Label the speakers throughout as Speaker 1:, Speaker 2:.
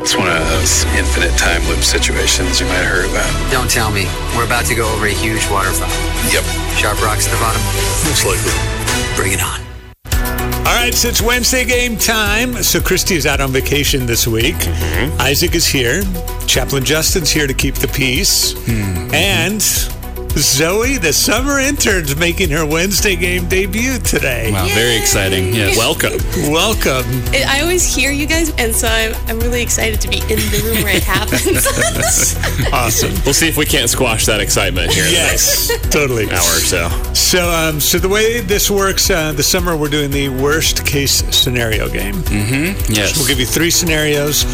Speaker 1: It's one of those infinite time loop situations you might have heard about.
Speaker 2: Don't tell me. We're about to go over a huge waterfall.
Speaker 1: Yep.
Speaker 2: Sharp rocks at the bottom.
Speaker 1: Most likely.
Speaker 2: Bring it on.
Speaker 3: All right, so it's Wednesday game time. So Christy is out on vacation this week.
Speaker 4: Mm-hmm.
Speaker 3: Isaac is here. Chaplain Justin's here to keep the peace.
Speaker 4: Mm-hmm.
Speaker 3: And Zoe, the summer intern's making her Wednesday game debut today.
Speaker 4: Wow, very exciting. Yes. Welcome.
Speaker 3: Welcome.
Speaker 5: It- I always hear you guys, and so I'm, I'm really excited to be in the room where it happens.
Speaker 3: Awesome.
Speaker 4: We'll see if we can't squash that excitement here in
Speaker 3: Yes, totally.
Speaker 4: the next hour or so.
Speaker 3: So, um, so the way this works, uh, the summer we're doing the worst case scenario game.
Speaker 4: Yes.
Speaker 3: We'll give you three scenarios.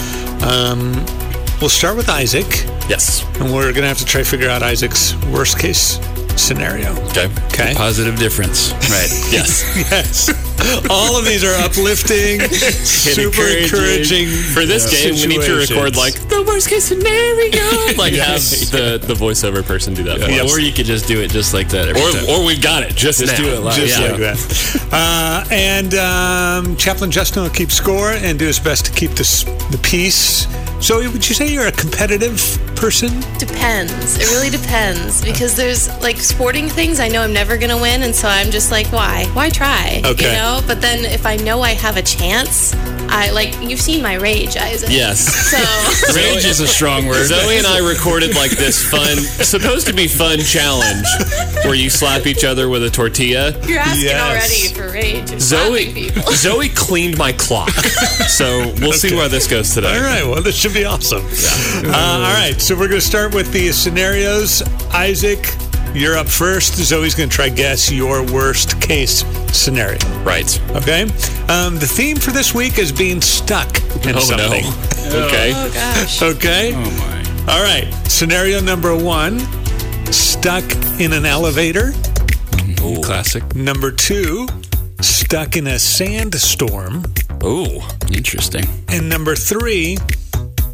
Speaker 3: Um, we'll start with Isaac,
Speaker 4: yes.
Speaker 3: and we're going to have to try to figure out Isaac's worst case scenario.
Speaker 4: Okay.
Speaker 3: Okay.
Speaker 6: Positive difference. Right.
Speaker 4: Yes.
Speaker 3: Yes. All of these are uplifting, super encouraging.
Speaker 4: For this game, we need to record
Speaker 3: situations.
Speaker 4: like the worst case scenario. Like have the, the voiceover person do that. for
Speaker 6: Yeah,
Speaker 4: us.
Speaker 6: Or you could just do it just like that. Every time.
Speaker 4: or, or we've got it. Just,
Speaker 6: Just
Speaker 4: now.
Speaker 6: do it live.
Speaker 3: Just
Speaker 6: Yeah.
Speaker 3: like that. Uh, and um, Chaplain Justin will keep score and do his best to keep this, the peace. So, would you say you're a competitive person?
Speaker 5: depends. It really depends because there's like sporting things I know I'm never gonna win, and so I'm just like, why? Why try?
Speaker 3: Okay.
Speaker 5: You know. But then if I know I have a chance, I like you've seen my rage, Isaac.
Speaker 4: Yes.
Speaker 5: So
Speaker 6: Rage is a strong word.
Speaker 4: Zoe and I recorded like this fun, supposed to be fun challenge where you slap each other with a tortilla.
Speaker 5: you're asking
Speaker 3: Yes.
Speaker 5: already for rage. and slapping
Speaker 4: Zoe,
Speaker 5: people.
Speaker 4: Zoe cleaned my clock. So we'll see where this goes today.
Speaker 3: All right. Well, this should be awesome. Uh, all right. So we're going to start with the scenarios. Isaac, you're up first. Zoe's going to try guess your worst case scenario.
Speaker 4: Right.
Speaker 3: Okay. Um, the theme for this week is being stuck in
Speaker 4: oh
Speaker 3: something.
Speaker 4: no. Okay.
Speaker 5: Oh gosh.
Speaker 3: Okay.
Speaker 6: Oh
Speaker 3: All right. Scenario number one: stuck in an elevator.
Speaker 6: my. Classic.
Speaker 3: Number two: stuck in a sandstorm.
Speaker 6: Oh, interesting.
Speaker 3: And number three: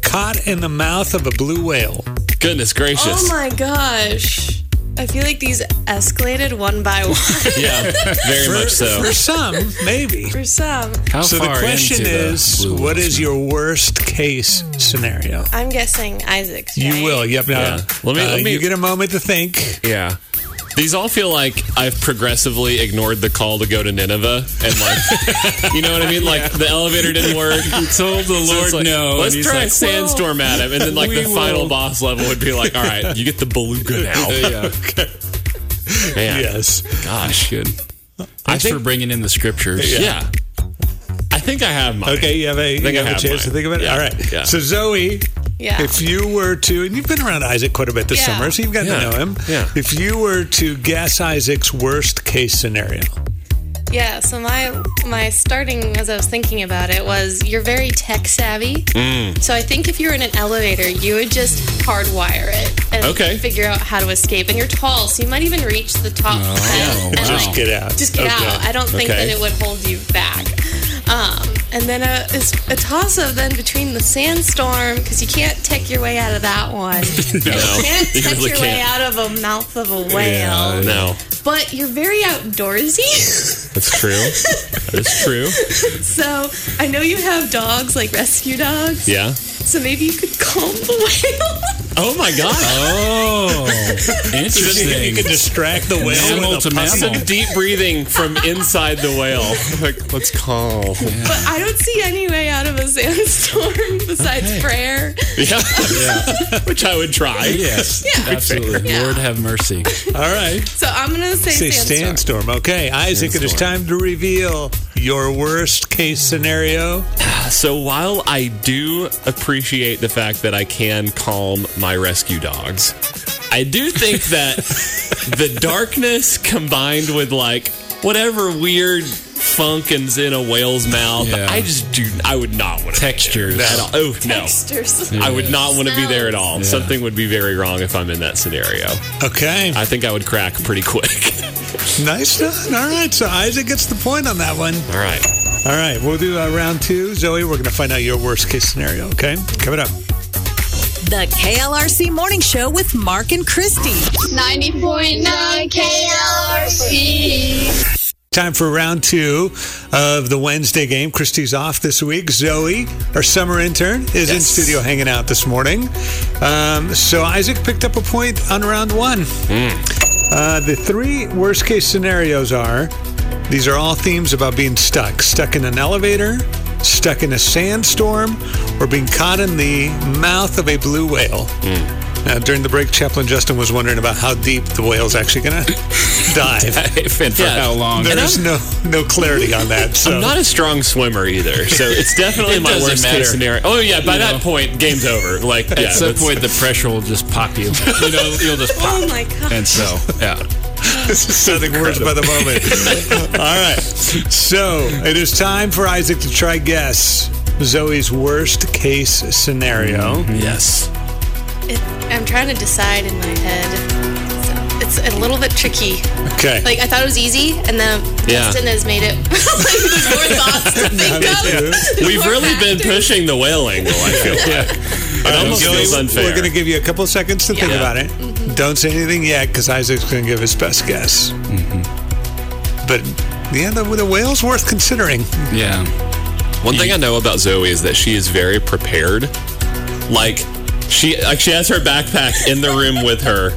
Speaker 3: caught in the mouth of a blue whale.
Speaker 4: Goodness gracious.
Speaker 5: Oh my gosh. I feel like these escalated one by one
Speaker 4: yeah. Very much so.
Speaker 3: For some, maybe.
Speaker 5: for some.
Speaker 6: How
Speaker 3: So the
Speaker 6: far
Speaker 3: question
Speaker 6: into the
Speaker 3: is,
Speaker 6: blue
Speaker 3: what
Speaker 6: Whale's
Speaker 3: is your worst case scenario?
Speaker 5: I'm guessing Isaac's.
Speaker 3: You
Speaker 5: right?
Speaker 3: will. Yep. Now,
Speaker 4: Yeah. Let me-
Speaker 3: uh,
Speaker 4: let me-
Speaker 3: You get a moment to think.
Speaker 4: Yeah. These all feel like I've progressively ignored the call to go to Nineveh, and like, you know what I mean? Like the elevator didn't work. He told the
Speaker 6: Lord no, and
Speaker 4: Let's
Speaker 6: he's
Speaker 4: try
Speaker 6: like,
Speaker 4: a sandstorm at him, and then like the
Speaker 6: we
Speaker 4: final
Speaker 6: will."
Speaker 4: boss level would be like, all right, you get the beluga now.
Speaker 6: Yeah.
Speaker 4: Man,
Speaker 3: Yes.
Speaker 6: Gosh, good. Thanks
Speaker 4: think-
Speaker 6: for bringing in the scriptures.
Speaker 4: yeah. I think I have mine.
Speaker 3: Okay. You have a,
Speaker 4: think
Speaker 3: you
Speaker 4: I
Speaker 3: have a
Speaker 4: have
Speaker 3: chance to
Speaker 4: mine.
Speaker 3: think about it.
Speaker 4: Yeah.
Speaker 3: All right.
Speaker 4: Yeah.
Speaker 3: So Zoe,
Speaker 5: Yeah.
Speaker 3: if you were to, and you've been around Isaac quite a bit this
Speaker 5: Yeah.
Speaker 3: summer, so you've gotten
Speaker 4: Yeah.
Speaker 3: to know him.
Speaker 4: Yeah.
Speaker 3: If you were to guess Isaac's worst case scenario,
Speaker 5: Yeah, so my my starting as I was thinking about it was you're very tech savvy. So I think if you're in an elevator, you would just hardwire it and
Speaker 4: Okay.
Speaker 5: figure out how to escape. And you're tall, so you might even reach the top
Speaker 6: wow.
Speaker 5: and, and
Speaker 3: just
Speaker 5: like,
Speaker 3: get out.
Speaker 5: just get
Speaker 3: Okay.
Speaker 5: out. I don't think
Speaker 4: Okay.
Speaker 5: that it would hold you back. Um, and then a, it's a toss up then between the sandstorm because you can't tech your way out of that one. You can't
Speaker 4: you
Speaker 5: tech
Speaker 4: really
Speaker 5: your way out of a mouth of a whale.
Speaker 4: No,
Speaker 5: But you're very outdoorsy.
Speaker 4: that's true. That's true.
Speaker 5: So I know you have dogs, like rescue dogs.
Speaker 4: Yeah.
Speaker 5: So maybe you could calm the whale.
Speaker 4: Oh my god.
Speaker 6: Oh,
Speaker 3: You can- you
Speaker 6: interesting.
Speaker 3: can distract the whale
Speaker 6: Mammal
Speaker 3: with a
Speaker 6: to
Speaker 3: puzzle.
Speaker 6: mammal.
Speaker 4: Some deep breathing from inside the whale. Like, let's call.
Speaker 5: But I don't see any way out of a sandstorm besides
Speaker 6: Okay.
Speaker 5: prayer.
Speaker 4: Yeah. Which I would try.
Speaker 6: Yes, absolutely.
Speaker 5: Yeah.
Speaker 6: Lord have mercy.
Speaker 3: All right.
Speaker 5: So I'm gonna say,
Speaker 3: Say
Speaker 5: sandstorm.
Speaker 3: sandstorm. Okay, Isaac, it is time to reveal your worst case scenario.
Speaker 4: So while I do appreciate the fact that I can calm my rescue dogs, I do think that the darkness combined with like whatever weird funk is in a whale's mouth,
Speaker 6: Yeah.
Speaker 4: I just do. I would not want to
Speaker 6: Textures.
Speaker 4: at all. Oh no.
Speaker 5: Textures.
Speaker 4: I would not want to be there at all.
Speaker 6: Yeah.
Speaker 4: Something would be very wrong if I'm in that scenario.
Speaker 3: Okay,
Speaker 4: I think I would crack pretty quick.
Speaker 3: nice done. All right, so Isaac gets the point on that one.
Speaker 4: All right.
Speaker 3: All right, we'll do uh, round two. Zoe, we're going to find out your worst case scenario. Okay, coming up.
Speaker 7: The KLRC Morning Show with Mark and Christy.
Speaker 8: 90.9 KRC.
Speaker 3: Time for round two of the Wednesday game. Christy's off this week. Zoe, our summer intern, is in
Speaker 4: Yes.
Speaker 3: studio hanging out this morning. Um, so Isaac picked up a point on round one. Uh, the three worst case scenarios are these are all themes about being stuck stuck in an elevator, stuck in a sandstorm, or being caught in the mouth of a blue whale. Now, during the break, Chaplain Justin was wondering about how deep the whale's actually going to dive.
Speaker 4: and for how long?
Speaker 3: There's no no clarity on that. So
Speaker 4: I'm not a strong swimmer either, so it's definitely
Speaker 6: It
Speaker 4: my
Speaker 6: doesn't
Speaker 4: worst
Speaker 6: matter.
Speaker 4: case scenario. Oh yeah, by that point, game's over. Like yeah,
Speaker 6: At some
Speaker 4: that's-
Speaker 6: point, the pressure will just pop you. You know, you'll just pop.
Speaker 5: Oh my god.
Speaker 6: And so, yeah.
Speaker 3: this is sounding worse by the moment. All right. So it is time for Isaac to try guess Zoe's worst case scenario.
Speaker 4: Mm-hmm.
Speaker 6: Yes.
Speaker 5: It, I'm trying to decide in my head. It's, it's a little bit tricky.
Speaker 3: Okay.
Speaker 5: Like I thought it was easy, and then
Speaker 4: Yeah.
Speaker 5: Justin has made it. like, there's more thoughts to think of. There's
Speaker 4: We've
Speaker 5: more
Speaker 4: really been
Speaker 5: factors.
Speaker 4: pushing the whale angle. I feel like it almost
Speaker 3: Zoe,
Speaker 4: feels unfair.
Speaker 3: We're going to give you a couple seconds to think
Speaker 4: Yeah.
Speaker 3: about it. Don't say anything yet because Isaac's going to give his best guess.
Speaker 4: Mm-hmm.
Speaker 3: But yeah, the, the whale's worth considering.
Speaker 6: Yeah.
Speaker 4: One thing I know about Zoe is that she is very prepared. Like she like she has her backpack in the room with her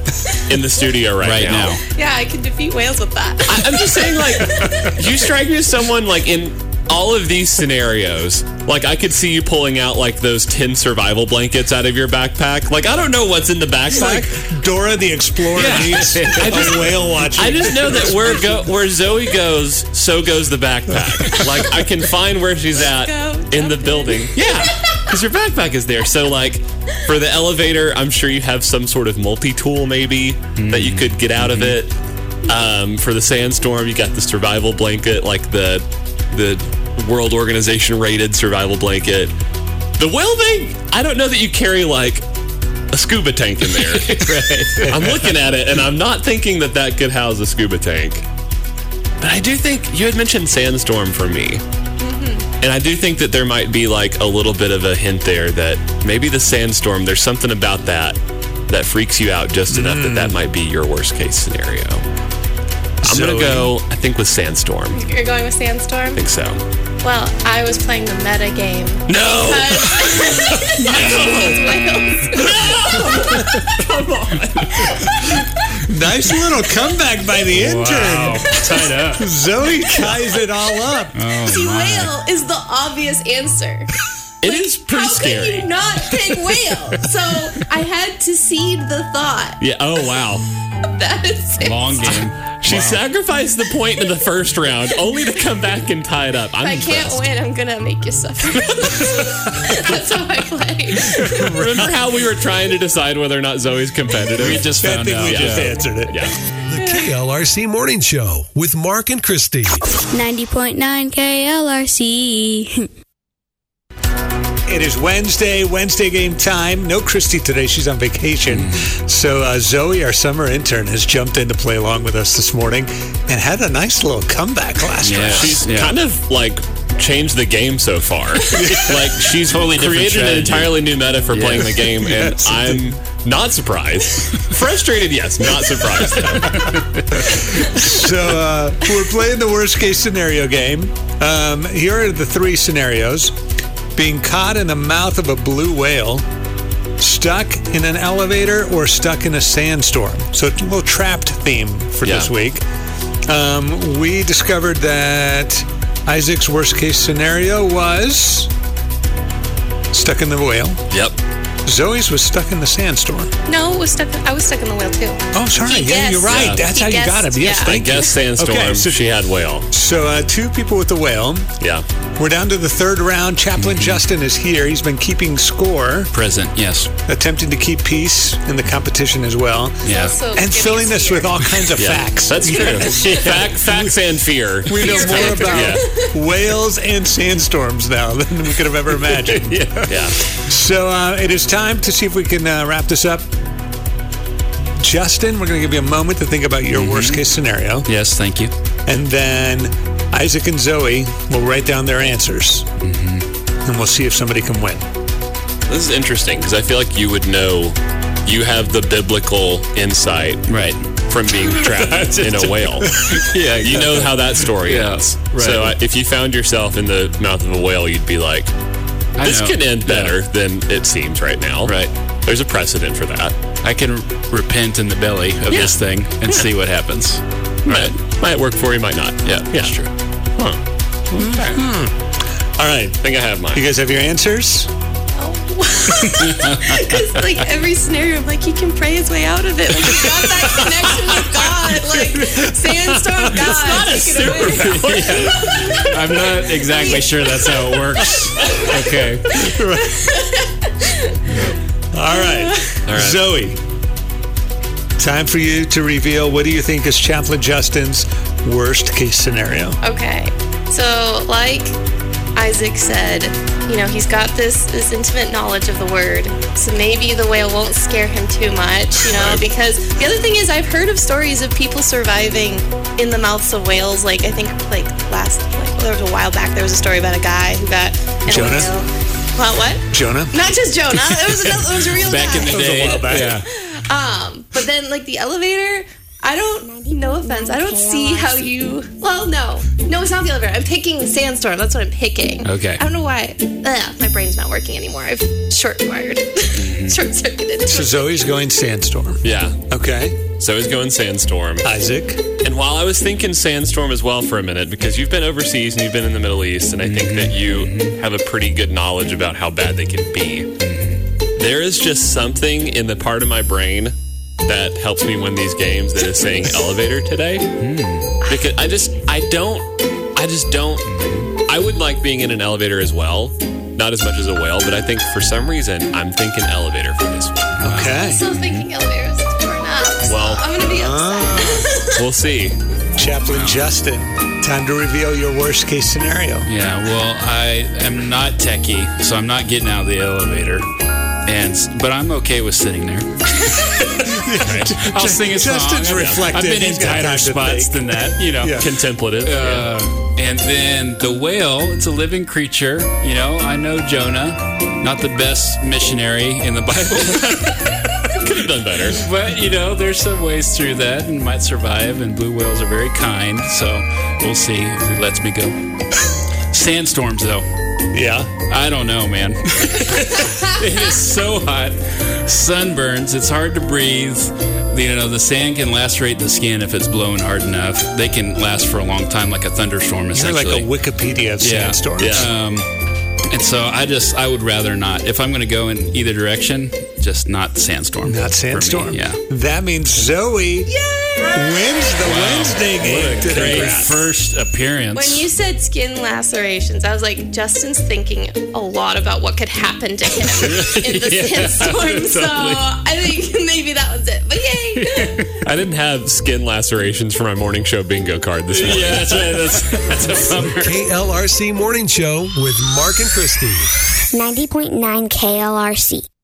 Speaker 4: in the studio right,
Speaker 6: Right now.
Speaker 5: Yeah, I can defeat whales with that.
Speaker 4: I, I'm just saying, like, you strike me as someone like in all of these scenarios. Like, I could see you pulling out like those tin survival blankets out of your backpack. Like, I don't know what's in the
Speaker 3: It's
Speaker 4: backpack.
Speaker 3: like Dora the Explorer
Speaker 4: Yeah.
Speaker 3: meets
Speaker 4: I just-
Speaker 3: a whale watching.
Speaker 4: I just know that where go where Zoe goes, so goes the backpack. Like, I can find where she's at
Speaker 5: go,
Speaker 4: in the building. Yeah. Because your backpack is there. So, like, for the elevator, I'm sure you have some sort of multi tool maybe that you could get out of it. Um, for the sandstorm, you got the survival blanket, like the the World Organization rated survival blanket. The whale thing, I don't know that you carry like a scuba tank in there. I'm looking at it and I'm not thinking that that could house a scuba tank. But I do think you had mentioned sandstorm for me. And I do think that there might be like a little bit of a hint there that maybe the sandstorm, there's something about that that freaks you out just enough that
Speaker 5: Mm.
Speaker 4: that might be your worst case scenario. I'm going
Speaker 3: Zoe.
Speaker 4: to go, I think, with sandstorm. I
Speaker 5: You're going with sandstorm.
Speaker 4: think so.
Speaker 5: Well, I was playing the meta game.
Speaker 4: No! Oh.
Speaker 3: nice little comeback by the intern.
Speaker 6: Tied up.
Speaker 3: Zoe ties it all up.
Speaker 5: See, whale is the obvious answer.
Speaker 4: It is pretty
Speaker 5: How
Speaker 4: scary.
Speaker 5: could you not pick whale? So I had to seed the thought.
Speaker 4: Yeah. Oh, wow.
Speaker 5: That's it.
Speaker 6: Long game.
Speaker 4: She sacrificed the point in the first round only to come back and tie it up. I'm
Speaker 5: If I can't
Speaker 4: impressed.
Speaker 5: win, I'm gonna make you suffer. That's how I play.
Speaker 4: Remember how we were trying to decide whether or not Zoe's competitive? We just
Speaker 3: I think we
Speaker 4: yeah.
Speaker 3: just answered it.
Speaker 4: Yeah.
Speaker 8: The KLRC Morning Show with Mark and Christy.
Speaker 9: 90.9 KLRC.
Speaker 3: It is Wednesday, Wednesday game time. No Christy today. She's on vacation. So uh, Zoe, our summer intern, has jumped in to play along with us this morning and had a nice little comeback last
Speaker 6: Yeah.
Speaker 3: round.
Speaker 4: She's
Speaker 6: Yeah.
Speaker 4: kind of like changed the game so far. like she's totally
Speaker 6: different
Speaker 4: created an
Speaker 6: strategy.
Speaker 4: entirely new meta for playing the game, and
Speaker 3: Yes.
Speaker 4: I'm not surprised. Frustrated, yes, not surprised. though.
Speaker 3: so uh, we're playing the worst case scenario game. Um, here are the three scenarios being caught in the mouth of a blue whale, stuck in an elevator, or stuck in a sandstorm. So it's a little trapped theme for
Speaker 4: Yeah.
Speaker 3: this week. Um, we discovered that Isaac's worst case scenario was stuck in the whale,
Speaker 4: Yep.
Speaker 3: Zoe's was stuck in the sandstorm.
Speaker 5: No, it was stuck. I was stuck in the whale too.
Speaker 3: Oh, sorry.
Speaker 5: He
Speaker 3: yeah, you're
Speaker 5: guessed.
Speaker 3: right.
Speaker 5: Yeah.
Speaker 3: That's
Speaker 5: He
Speaker 3: how you
Speaker 5: guessed.
Speaker 3: got him. Yes,
Speaker 5: Yeah.
Speaker 4: I
Speaker 3: thank you.
Speaker 4: guess sandstorm.
Speaker 3: Okay, so-
Speaker 4: she had whale.
Speaker 3: So, uh, two people with the whale.
Speaker 4: Yeah.
Speaker 3: We're down to the third round. Chaplain Justin is here. He's been keeping score,
Speaker 6: Present. Yes.
Speaker 3: attempting to keep peace in the competition as well,
Speaker 6: Yeah.
Speaker 5: So give
Speaker 3: and
Speaker 5: me
Speaker 3: filling
Speaker 5: a
Speaker 3: this
Speaker 5: steer.
Speaker 3: with all kinds of
Speaker 4: Yeah.
Speaker 3: facts.
Speaker 4: That's true. Fact, facts and fear.
Speaker 3: We know more about
Speaker 4: Yeah.
Speaker 3: whales and sandstorms now than we could have ever imagined.
Speaker 4: Yeah.
Speaker 3: So uh, it is time to see if we can uh, wrap this up. Justin, we're going to give you a moment to think about your
Speaker 4: Mm-hmm.
Speaker 3: worst case scenario,
Speaker 6: Yes. Thank you.
Speaker 3: and then Isaac and Zoe will write down their answers,
Speaker 4: Mm-hmm.
Speaker 3: and we'll see if somebody can win.
Speaker 4: This is interesting because I feel like you would know. You have the biblical insight
Speaker 6: Right.
Speaker 4: from being trapped in a whale. yeah, you know how that story
Speaker 6: Yeah,
Speaker 4: ends.
Speaker 6: right.
Speaker 4: So I, if you found yourself in the mouth of a whale, you'd be like,
Speaker 6: I
Speaker 4: "This
Speaker 6: know.
Speaker 4: could end
Speaker 6: Yeah.
Speaker 4: better than it seems right now."
Speaker 6: Right.
Speaker 4: There's a precedent for that.
Speaker 6: I can r- repent in the belly of
Speaker 4: Yeah.
Speaker 6: this thing and see what happens.
Speaker 4: Right. Might, might work for you, might not.
Speaker 6: Yeah, that's true.
Speaker 4: Huh. Okay.
Speaker 3: All right.
Speaker 4: I think I have mine.
Speaker 3: You guys have your answers?
Speaker 5: Because like every scenario, I'm like, he can pray his way out of it. Like he's got that connection with God, like sandstorm God. It's not a super.
Speaker 6: I'm not exactly sure that's how it works. Okay.
Speaker 3: All right. Zoe, time for you to reveal what do you think is Chaplain Justin's worst case scenario?
Speaker 5: Okay, so like Isaac said, you know, he's got this this intimate knowledge of the word, so maybe the whale won't scare him too much, you know. Because the other thing is, I've heard of stories of people surviving in the mouths of whales. Like I think like last like there was a while back, there was a story about a guy who got in
Speaker 3: Jonah?
Speaker 5: a whale. What? What?
Speaker 3: Jonah?
Speaker 5: Not just Jonah. It was another, it was a real
Speaker 6: Back
Speaker 5: guy.
Speaker 6: in the day. Yeah.
Speaker 5: Um, but then like the elevator, I don't. No offense, I don't see how you. Well, no, no, it's not the elevator. I'm picking sandstorm. That's what I'm picking.
Speaker 6: Okay.
Speaker 5: I don't know why. Ugh, my brain's not working anymore. I've short wired, short circuited.
Speaker 3: So Zoe's going sandstorm.
Speaker 4: Yeah.
Speaker 3: Okay.
Speaker 4: So it's going sandstorm.
Speaker 3: Isaac?
Speaker 4: And while I was thinking sandstorm as well for a minute, because you've been overseas and you've been in the Middle East, and I think that you have a pretty good knowledge about how bad they can be, there is just something in the part of my brain that helps me win these games that is saying elevator today. Because I just, I don't, I just don't, I would like being in an elevator as well. Not as much as a whale, but I think for some reason I'm thinking elevator for this one.
Speaker 6: Uh,
Speaker 3: Okay.
Speaker 5: Still thinking elevators is torn up. so
Speaker 4: Well.
Speaker 5: I'm gonna be upset.
Speaker 4: We'll see.
Speaker 3: Chaplain Justin, time to reveal your worst case scenario.
Speaker 6: Yeah, well, I am not techie, so I'm not getting out of the elevator. And but I'm okay with sitting there. I'll sing a song.
Speaker 3: Justin's
Speaker 6: I've-
Speaker 3: reflective.
Speaker 6: I've been in
Speaker 3: He's got time
Speaker 6: tighter
Speaker 3: to
Speaker 6: spots
Speaker 3: think.
Speaker 6: than that, you know.
Speaker 3: Yeah.
Speaker 4: Contemplative.
Speaker 6: Uh, and then the whale, it's a living creature. You know, I know Jonah, not the best missionary in the Bible,
Speaker 4: Could have done better.
Speaker 6: but you know, there's some ways through that and might survive. And blue whales are very kind, so we'll see if he lets me go. Sandstorms, though.
Speaker 3: Yeah.
Speaker 6: I don't know, man. it is so hot. Sunburns. It's hard to breathe. You know, the sand can lacerate the skin if it's blowing hard enough. They can last for a long time, like a thunderstorm,
Speaker 3: You're
Speaker 6: essentially.
Speaker 3: like a Wikipedia of
Speaker 6: Yeah,
Speaker 3: sandstorms.
Speaker 6: yeah. Um, and so I just, I would rather not. If I'm going to go in either direction, just not sandstorm.
Speaker 3: Not
Speaker 6: for me,
Speaker 3: sandstorm.
Speaker 6: Yeah.
Speaker 3: That means Zoe wins the Wednesday game.
Speaker 6: What a
Speaker 3: today.
Speaker 6: great first appearance.
Speaker 5: When you said skin lacerations, I was like, Justin's thinking a lot about what could happen to him in the sandstorm. So I think maybe that was it. But yay!
Speaker 4: I didn't have skin lacerations for my morning show bingo card this morning.
Speaker 6: yeah, that's right. That's, that's a bummer.
Speaker 8: KLRC Morning Show with Mark and Christie.
Speaker 9: 90.9 KLRC.